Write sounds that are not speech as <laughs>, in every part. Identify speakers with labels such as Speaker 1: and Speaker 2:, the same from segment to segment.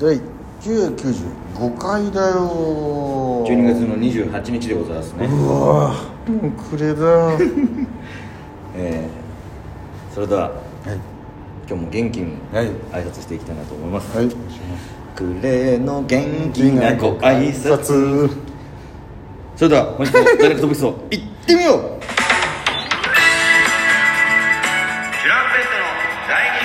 Speaker 1: 第995回だよ
Speaker 2: 12月の28日でございますね、
Speaker 1: うわもうくれだ
Speaker 2: えーそれでは
Speaker 1: はい
Speaker 2: 今日も元気に
Speaker 1: はい
Speaker 2: 挨拶していきたいなと思います、
Speaker 1: はい
Speaker 2: くれの元気なご挨拶
Speaker 1: 拶
Speaker 2: それでは本日のダイレクトボイス <laughs> をいってみよう
Speaker 3: チュランペットの第二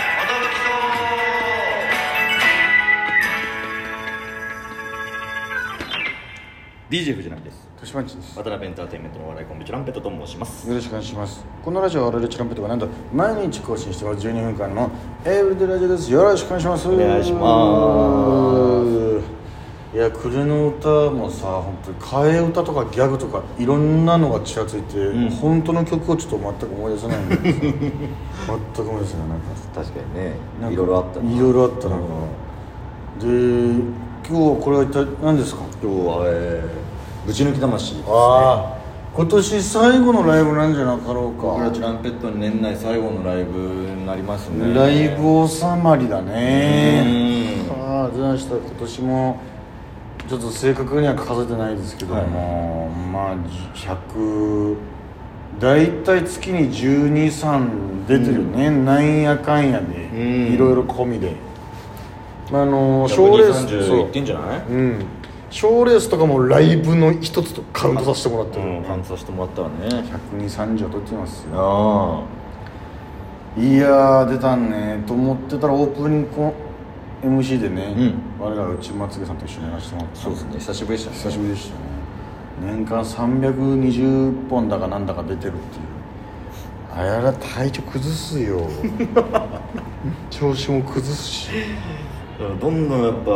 Speaker 3: き堂
Speaker 2: DJ 藤波です
Speaker 1: 年番地です
Speaker 2: 渡辺エンターテインメントのお笑いコンビチュランペットと申します
Speaker 1: よろしくお願いしますこのラジオは我々チランペットがなんと毎日更新してます12分間のエブリデイラジオですよろしくお願いしますお
Speaker 2: 願いします
Speaker 1: いや「暮れの歌」もさ本当に替え歌とかギャグとかいろんなのがちらついて、本当の曲をちょっと全く思い出せないんだけど <laughs> さ全く思い出せないなんか
Speaker 2: 確かにね
Speaker 1: なんか
Speaker 2: いろいろあったない
Speaker 1: ろいろあったななんかで今日はこれは一体何ですか
Speaker 2: 今日は、えー、ぶち抜き魂ですね
Speaker 1: ああ今年最後のライブなんじゃなかろう
Speaker 2: 僕ら
Speaker 1: か
Speaker 2: チュランペットの年内最後のライブになりますね
Speaker 1: ライブ収まりだね
Speaker 2: う
Speaker 1: ああ出した今年もちょっと正確には数えてないですけども、まあ100大体月に123出てるね、なんやかんやで
Speaker 2: ん
Speaker 1: いろいろ込みで、まあ、あの賞レース
Speaker 2: 130いってんじゃない
Speaker 1: うん賞レースとかもライブの一つとカウントさせてもらってる、
Speaker 2: うん、換算してもらったらね
Speaker 1: 12030は取ってますよ
Speaker 2: あ
Speaker 1: いやー出たねと思ってたらオープニングコ MC でね、
Speaker 2: う
Speaker 1: 我らが内松毛さんと一緒にやらせてもらった
Speaker 2: そうですね久しぶりでしたね
Speaker 1: 久しぶりでしたね年間320本だかなんだか出てるっていうあやら体調崩す <laughs> よ調子も崩すし
Speaker 2: どんどんやっぱ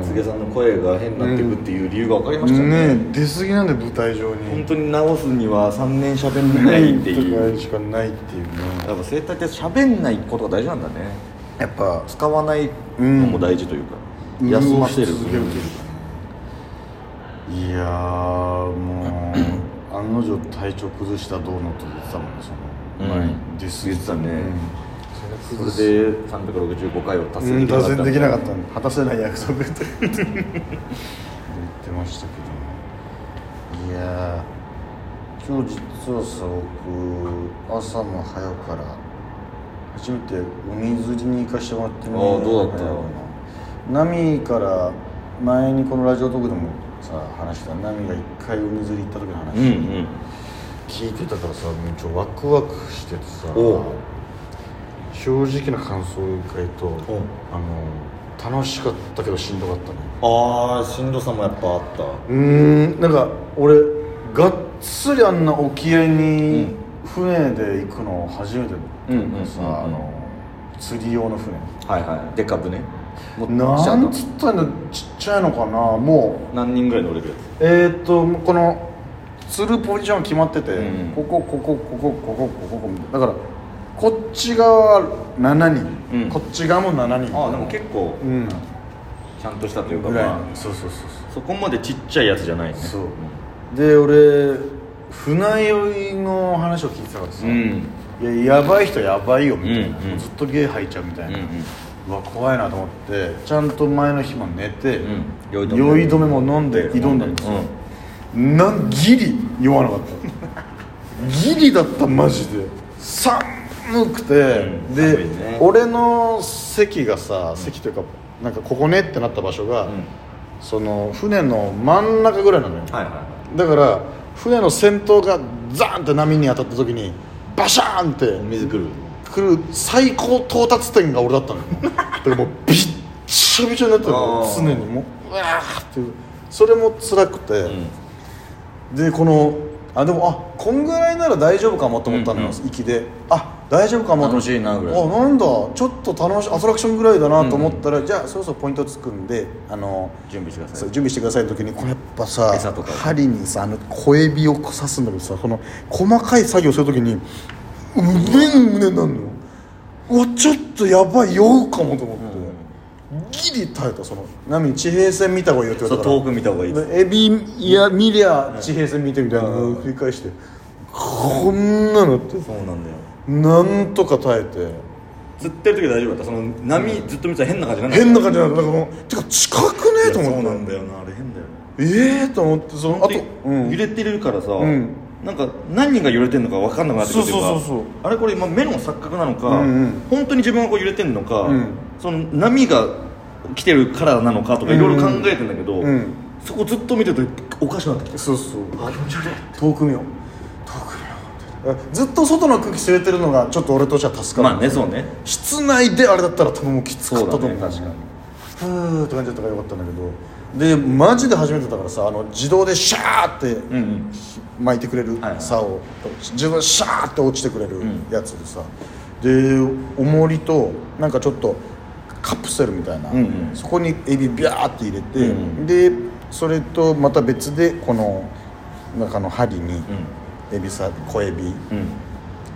Speaker 2: 柘植さんの声が変になっていくっていう理由が分かりましたね,、
Speaker 1: ねえ出過ぎなんで舞台上に
Speaker 2: 本当に直すには3年しゃべんないっていう
Speaker 1: とかしかないっていうね
Speaker 2: やっぱ生態ってしゃべんないことが大事なんだね
Speaker 1: やっぱ
Speaker 2: 使わないのも大事というか、休ませる
Speaker 1: 続けるというかねいやーもう案の定体調崩したどうのと言ってたもんねその、
Speaker 2: うん
Speaker 1: 前です
Speaker 2: 言ってたね
Speaker 1: うん、
Speaker 2: それで365回を達
Speaker 1: うん
Speaker 2: 成でき
Speaker 1: 達
Speaker 2: なかった
Speaker 1: 成
Speaker 2: ん
Speaker 1: でき
Speaker 2: で
Speaker 1: なかったんで果たせない約束と言ってましたけどいやー今日実はさ僕朝も早くから初めて海釣りに行かしてもらってね
Speaker 2: あーどうだった
Speaker 1: 波から前にこのラジオトークでもさ話した波が一回海釣り行った時の話、
Speaker 2: うんうん
Speaker 1: 聞いてたからさもうちょワクワクしててさ
Speaker 2: おう
Speaker 1: 正直な感想を言うとあの楽しかったけどしんどかったね
Speaker 2: ああしんどさもやっぱあった
Speaker 1: うーんなんか俺がっつりあんな沖合に船で行くの初めてだったんだけど
Speaker 2: うんうんうんうん
Speaker 1: さあの釣り用の船
Speaker 2: はいはいでかぶねも
Speaker 1: なんつったんだちっちゃいのかなもう
Speaker 2: 何人ぐらい乗れるや
Speaker 1: えー、っとこの釣るポジション決まってて、
Speaker 2: うん
Speaker 1: こここここここここここだからこっち側は7人、
Speaker 2: うん
Speaker 1: こっち側も7
Speaker 2: つ
Speaker 1: 人
Speaker 2: ああでも結構
Speaker 1: うん
Speaker 2: ちゃんとしたというか、
Speaker 1: ぐらい
Speaker 2: ま
Speaker 1: そうそうそう
Speaker 2: あ、そこまでちっちゃいやつじゃないね
Speaker 1: そうそうで俺船酔いの話を聞いてたからさ、
Speaker 2: うん
Speaker 1: いややばい人やばいよみたいな、
Speaker 2: うんうん
Speaker 1: もうずっとゲー吐いちゃうみた
Speaker 2: う
Speaker 1: い
Speaker 2: んう
Speaker 1: な、うんわ怖いなと思ってちゃんと前の日も寝て、
Speaker 2: うん酔
Speaker 1: 酔
Speaker 2: い
Speaker 1: い
Speaker 2: 止め
Speaker 1: 止めも飲んで挑んだんですよ、なんギリ酔わなかったギリだったマジで寒くて、
Speaker 2: ん
Speaker 1: で、
Speaker 2: 寒いね
Speaker 1: 俺の席がさ席というかなんかここねってなった場所が、
Speaker 2: ん
Speaker 1: その船の真ん中ぐらいなのよ、
Speaker 2: はいはいは
Speaker 1: だから船の先頭がザーンって波に当たった時にバシャーンって
Speaker 2: い水来る
Speaker 1: 来る最高到達点が俺だ
Speaker 2: <laughs>
Speaker 1: ったのよだからもうびっちょびちょになってるの
Speaker 2: あー
Speaker 1: 常にもううわーっていうそれも辛くて、でこのあでもあこんぐらいなら大丈夫かもと思ったのよ、
Speaker 2: うん
Speaker 1: 息であ大丈夫かもと
Speaker 2: 楽しいなぐらい
Speaker 1: あなんだちょっと楽しいアトラクションぐらいだなと思ったら、じゃあそろそろポイントつくんであの
Speaker 2: 準備してくださ
Speaker 1: そ
Speaker 2: いう
Speaker 1: 準備してくださいの時にこれやっぱさ
Speaker 2: 餌とか
Speaker 1: 針にさあの小エビを刺すんだけどさこの細かい作業する時にうねんうねんなんのようわちょっとやばい酔うかもと思って、ギリ耐えたその波地平線見た方がいいよって言
Speaker 2: そ
Speaker 1: わ
Speaker 2: う
Speaker 1: れたから
Speaker 2: 遠く見た方がいいです
Speaker 1: エビいや見りゃ地平線見てみたいなのを繰り返してこんなのって
Speaker 2: そうなんだよ
Speaker 1: なんとか耐えて
Speaker 2: 釣ってる時は大丈夫だったその波ずっと見てたら変な感じなんだ
Speaker 1: 変な感じなんだなんかもうてか近くねえと思って
Speaker 2: そうなんだよなあれ変だよね
Speaker 1: ええと思ってそのあと、うん、
Speaker 2: 揺れてるからさ、
Speaker 1: ん
Speaker 2: なんか何が揺れてるのか分かんなくなってくるというか
Speaker 1: そうそうそうそう
Speaker 2: あれこれ今目の錯覚なのか、
Speaker 1: うんうん
Speaker 2: 本当に自分がこう揺れてるのか、
Speaker 1: ん
Speaker 2: その波が来てるからなのかとかいろいろ考えてんだけど、
Speaker 1: うん
Speaker 2: そこずっと見てるとおかしくなってきて
Speaker 1: そうそう
Speaker 2: あ気持ち悪い
Speaker 1: 遠く見よう遠く見ようみたいなずっと外の空気吸えてるのがちょっと俺としては助かる、
Speaker 2: まあねそうね
Speaker 1: 室内であれだったら多分もうきつかったと思う
Speaker 2: そうだね確かに
Speaker 1: ふーって感じだったからよかったんだけどでマジで初めてだからさあの自動でシャーって、
Speaker 2: うんうん
Speaker 1: 巻いてくれる
Speaker 2: はいはい
Speaker 1: 竿を、自分シャーって落ちてくれるやつでさ、で重りとなんかちょっとカプセルみたいな、
Speaker 2: んうん
Speaker 1: そこにエビビャーって入れて、
Speaker 2: うんう
Speaker 1: でそれとまた別でこの中の針にエビさ小エビ
Speaker 2: うん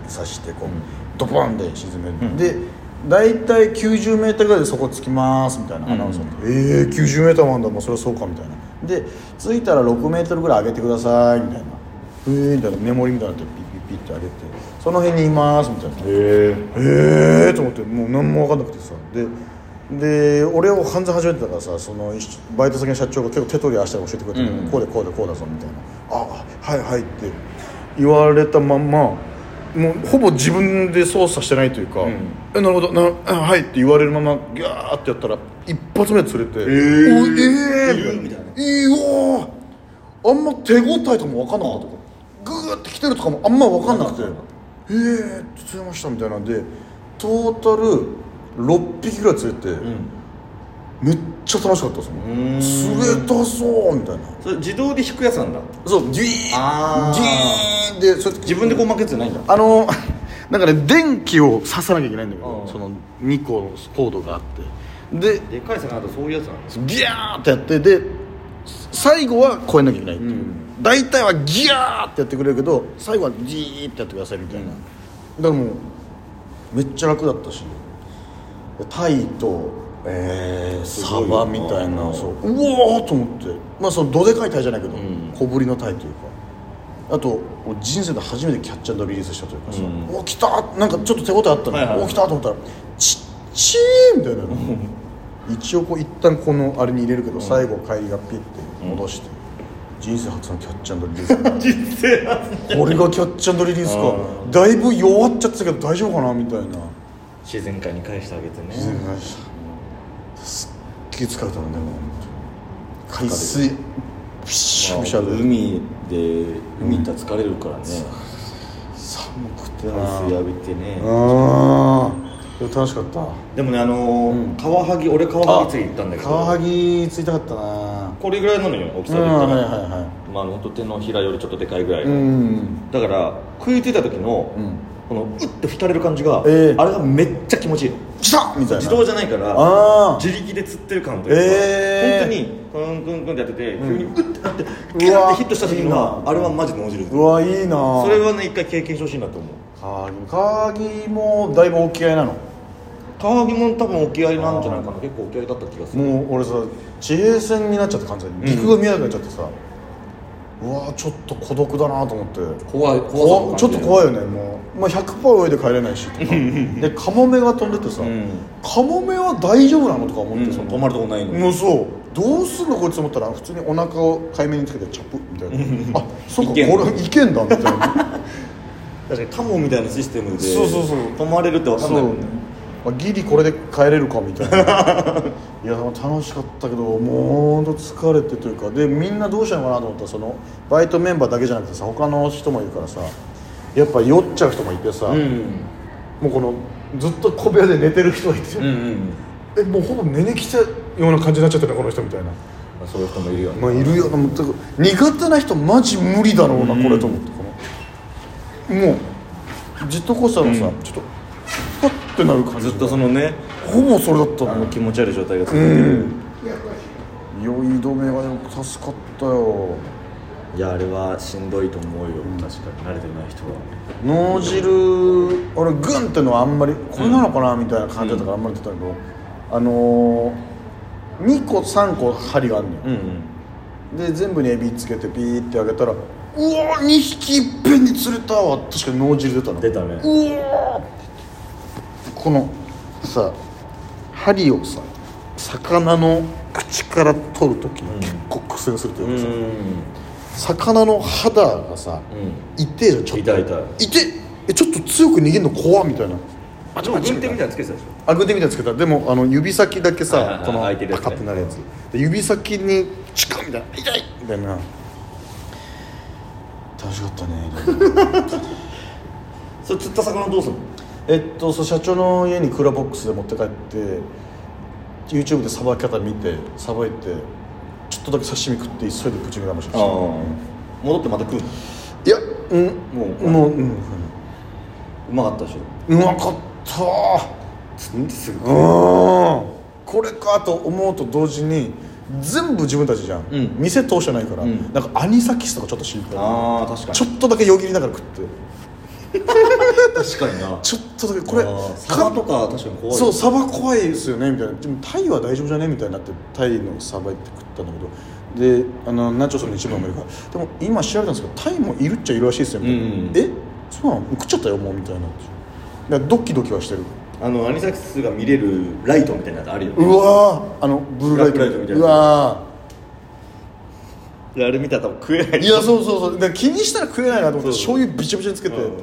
Speaker 1: 刺してこう、ドボンで沈める、で大体 90m ぐらいでそこ着きますみたいなアナウンサーに、ええー、90m もあんだもうそれはそうかみたいなで着いたら 6m ぐらい上げてくださいみたいなえーみたいなメモリみたいになってピッピッピッって上げてその辺にいますみたいな
Speaker 2: へ
Speaker 1: ええー、と思ってもう何も分かんなくてさでで俺を犯罪始めてたからさその一緒バイト先の社長が結構手取り足取り教えてくれて、こうでこうでこうだぞみたいな「あはいはい」って言われたまんまもうほぼ自分で操作してないというか「えなるほどなあはい」って言われるままギャーってやったら一発目釣れて「えおえー」みたいな「えー、うわーあんま手応えとかも分かんなかったグーって来てるとかもあんま分かんなくて「ええー、釣れました」みたいなんでトータル6匹ぐらい釣れて、めっちゃ楽しかったですもん釣れたそうみたいな
Speaker 2: それ自動で引くやつなんだ
Speaker 1: そうギュイーン
Speaker 2: あ
Speaker 1: ギュイーンでそれ
Speaker 2: 自分でこう巻くやつじゃないんだ
Speaker 1: あのなんかね電気を刺さなきゃいけないんだけど
Speaker 2: うん
Speaker 1: その2個のコードがあってで
Speaker 2: でかい魚だとそういうやつなんです
Speaker 1: ギャーってやってで最後は超えなきゃいけないっていう、大体はギャーってやってくれるけど最後はギーってやってくださいみたいな、だからもうめっちゃ楽だったしタイと、えーサバみたいなそううわーと思ってまあそのどでかいタイじゃないけど、小ぶりのタイというかあと俺人生で初めてキャッチャーリリースしたというかさ、お来たーなんかちょっと手応えあったの、
Speaker 2: はいはいはい
Speaker 1: お来たーと思ったらちっちーみたいなの一応こう一旦このあれに入れるけど、最後帰りがピッて戻して、人生初のキャッチャーリリースだな <laughs> これがキャッチャーリリースかだいぶ弱っちゃってたけど大丈夫かなみたいな
Speaker 2: 自然界に返してあげてね
Speaker 1: 全然すっげえ疲れたのねもう本当に海水ピシャピシャで
Speaker 2: 海で海行ったら疲れるからね、
Speaker 1: 寒くて
Speaker 2: 海水浴びてね、
Speaker 1: ああ楽しかった
Speaker 2: でもねあのーカワハギ俺カワハギ釣り行ったんだけど
Speaker 1: カワハギついたかったな
Speaker 2: これぐらいなのよ大きさで
Speaker 1: うん
Speaker 2: 言ったら、
Speaker 1: はいはいは
Speaker 2: まあ本当手のひらよりちょっとでかいぐらい、
Speaker 1: うん
Speaker 2: だから食いついた時の、このうって吹かれる感じが、
Speaker 1: ええ
Speaker 2: あれがめっちゃ気持ちいいの
Speaker 1: 来たみたいな
Speaker 2: 自動じゃないから
Speaker 1: あー
Speaker 2: 自力で釣ってる感というか、
Speaker 1: え
Speaker 2: 本当にクンクンクンってやってて、急にうってなって
Speaker 1: わ
Speaker 2: キャーってヒットした時があれはマジで脳汁出て
Speaker 1: う
Speaker 2: る
Speaker 1: わいいな
Speaker 2: それはね一回経験してほしいなと思う
Speaker 1: カワハギカワハギもだいぶ沖合なの
Speaker 2: カワハギも多分沖合なんじゃないかな結構沖合だった気がする
Speaker 1: もう俺さ地平線になっちゃって完全に陸が見えなくなっちゃってさ、うわーちょっと孤独だなと思って
Speaker 2: 怖い
Speaker 1: 怖
Speaker 2: 怖
Speaker 1: ちょっと怖いよねもう、まあ、100%泳いで帰れないしとかでカモメが飛んでてさ、
Speaker 2: ん
Speaker 1: カモメは大丈夫なのとか思って、
Speaker 2: うん
Speaker 1: その
Speaker 2: 止まるとこないのに
Speaker 1: もうそうどうすんのこいつと思ったら普通にお腹を海面につけてチャプみたいなあそっかこ
Speaker 2: いけ
Speaker 1: れ
Speaker 2: んの
Speaker 1: いけんだみたいな
Speaker 2: 確かにカモみたいなシステムで
Speaker 1: そうそうそう
Speaker 2: 止まれるって分かん
Speaker 1: そ
Speaker 2: ないうもんね
Speaker 1: あギリこれで帰れるかみた
Speaker 2: <laughs>
Speaker 1: いないや楽しかったけどもうほんと疲れてというかでみんなどうしたのかなと思ったらそのバイトメンバーだけじゃなくてさ他の人もいるからさやっぱ酔っちゃう人もいてさ、
Speaker 2: うん
Speaker 1: もうこのずっと小部屋で寝てる人がいて、
Speaker 2: うんうん
Speaker 1: えもうほぼ寝に来たような感じになっちゃってるこの人みたいな
Speaker 2: まあそういう人もいるよね
Speaker 1: まあいるよな全く苦手な人マジ無理だろうなこれと思ってこのもうジェットコースターのさ、ちょっとパッてなる感
Speaker 2: ず
Speaker 1: じ
Speaker 2: っとそのね
Speaker 1: ほぼそれだった
Speaker 2: あ
Speaker 1: の
Speaker 2: の気持ち悪い状態が続いて
Speaker 1: う
Speaker 2: る、
Speaker 1: ん酔い止めがでも助かったよ
Speaker 2: いやあれはしんどいと思うよ、確かに慣れてない人は
Speaker 1: 脳汁俺グンってのはあんまりこれなのかなみたいな感じだったからあんまり出たけど、あのー、2個3個針があるのよ、
Speaker 2: うんうん
Speaker 1: で全部にエビつけてピーってあげたらうわー2匹いっぺんに釣れたわ確かに脳汁出たの
Speaker 2: 出たね
Speaker 1: うわーこのさ針をさ魚の口から取る時結構苦戦するというかさ、魚の肌がさ、痛えじゃんちょっと
Speaker 2: 痛い痛い
Speaker 1: 痛ええちょっと強く逃げるの怖っみたいな
Speaker 2: あでも軍手みたいなのつけてたでしょ
Speaker 1: あ軍手みたいなのつけたでもあの指先だけ
Speaker 2: はいはい
Speaker 1: さ
Speaker 2: はい
Speaker 1: この
Speaker 2: 開いてるやつね
Speaker 1: パカってなるやつで指先にチカッみたいな痛いみたいな楽しかったねいろいろ
Speaker 2: それ釣った魚どうするの
Speaker 1: えっとそう社長の家にクーラーボックスで持って帰って YouTube でさばき方見てさばいてちょっとだけ刺身食って急いでプチング騙しました
Speaker 2: 戻ってまた食うの
Speaker 1: いやうん
Speaker 2: もう
Speaker 1: もううん
Speaker 2: うまかったでしょ
Speaker 1: うまかった
Speaker 2: 釣ってすぐ
Speaker 1: うんこれかと思うと同時に全部自分たちじゃん、
Speaker 2: うん
Speaker 1: 店通してないから、
Speaker 2: ん
Speaker 1: なんかアニサキスとかちょっと心配
Speaker 2: ああ確か
Speaker 1: ちょっとだけよぎりながら食って
Speaker 2: 確かにな
Speaker 1: ちょっとだけこれ
Speaker 2: あー
Speaker 1: か
Speaker 2: サバとか確かに怖い
Speaker 1: そうサバ怖いですよねみたいなでもタイは大丈夫じゃねみたいになってタイのサバ行って食ったんだけどであのナチョスの一番もいるから、でも今調べたんですけどタイもいるっちゃいるらしいですよみたいな、
Speaker 2: うん
Speaker 1: えそうなの食っちゃったよもうみたいなだからドキドキはしてる
Speaker 2: あのアニサキスが見れるライトみたいなやつあるよね
Speaker 1: うわーあのブルーライト
Speaker 2: ブラックライトみたいな
Speaker 1: うわ
Speaker 2: であれ見たら多分食えな
Speaker 1: ー
Speaker 2: い
Speaker 1: いやそうそうそうだから気にしたら食えないなと思って
Speaker 2: そ
Speaker 1: 醤
Speaker 2: う
Speaker 1: 油びちゃびちゃにつけて、う
Speaker 2: うん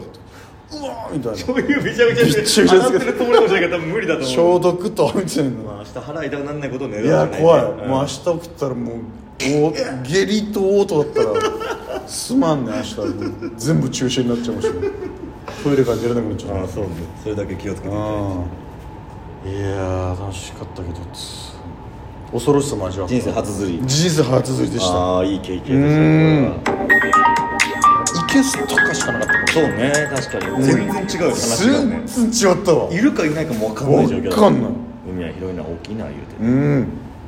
Speaker 1: わーみたいな
Speaker 2: そういうめちゃめちゃ
Speaker 1: びっちゃびちゃですけど
Speaker 2: 洗ってるところもしないから多分無理だと思う
Speaker 1: 消毒とみたいな
Speaker 2: まあ明日腹痛くならないことを願う
Speaker 1: い
Speaker 2: しか
Speaker 1: や
Speaker 2: なね
Speaker 1: 怖い、
Speaker 2: うん
Speaker 1: もう明日食ったらもうお下痢と嘔吐だったらすまんね明日全部中止になっちゃいましたねトイレから出れなくなっちゃ
Speaker 2: あ
Speaker 1: う
Speaker 2: あそうねそれだけ気をつけ
Speaker 1: う
Speaker 2: て
Speaker 1: んいやー楽しかったけどつ恐ろしさも味わった
Speaker 2: 人生初釣り
Speaker 1: 人生初釣りでした
Speaker 2: ああいい経験で
Speaker 1: うん
Speaker 2: したこ
Speaker 1: いけすとかしかなかった
Speaker 2: れはそうね確かに全然違うよ話がね
Speaker 1: 全然違ったわ
Speaker 2: いるかいないかも分かんない状況だ
Speaker 1: わかんない
Speaker 2: 海は広いな大きいな言うて
Speaker 1: うん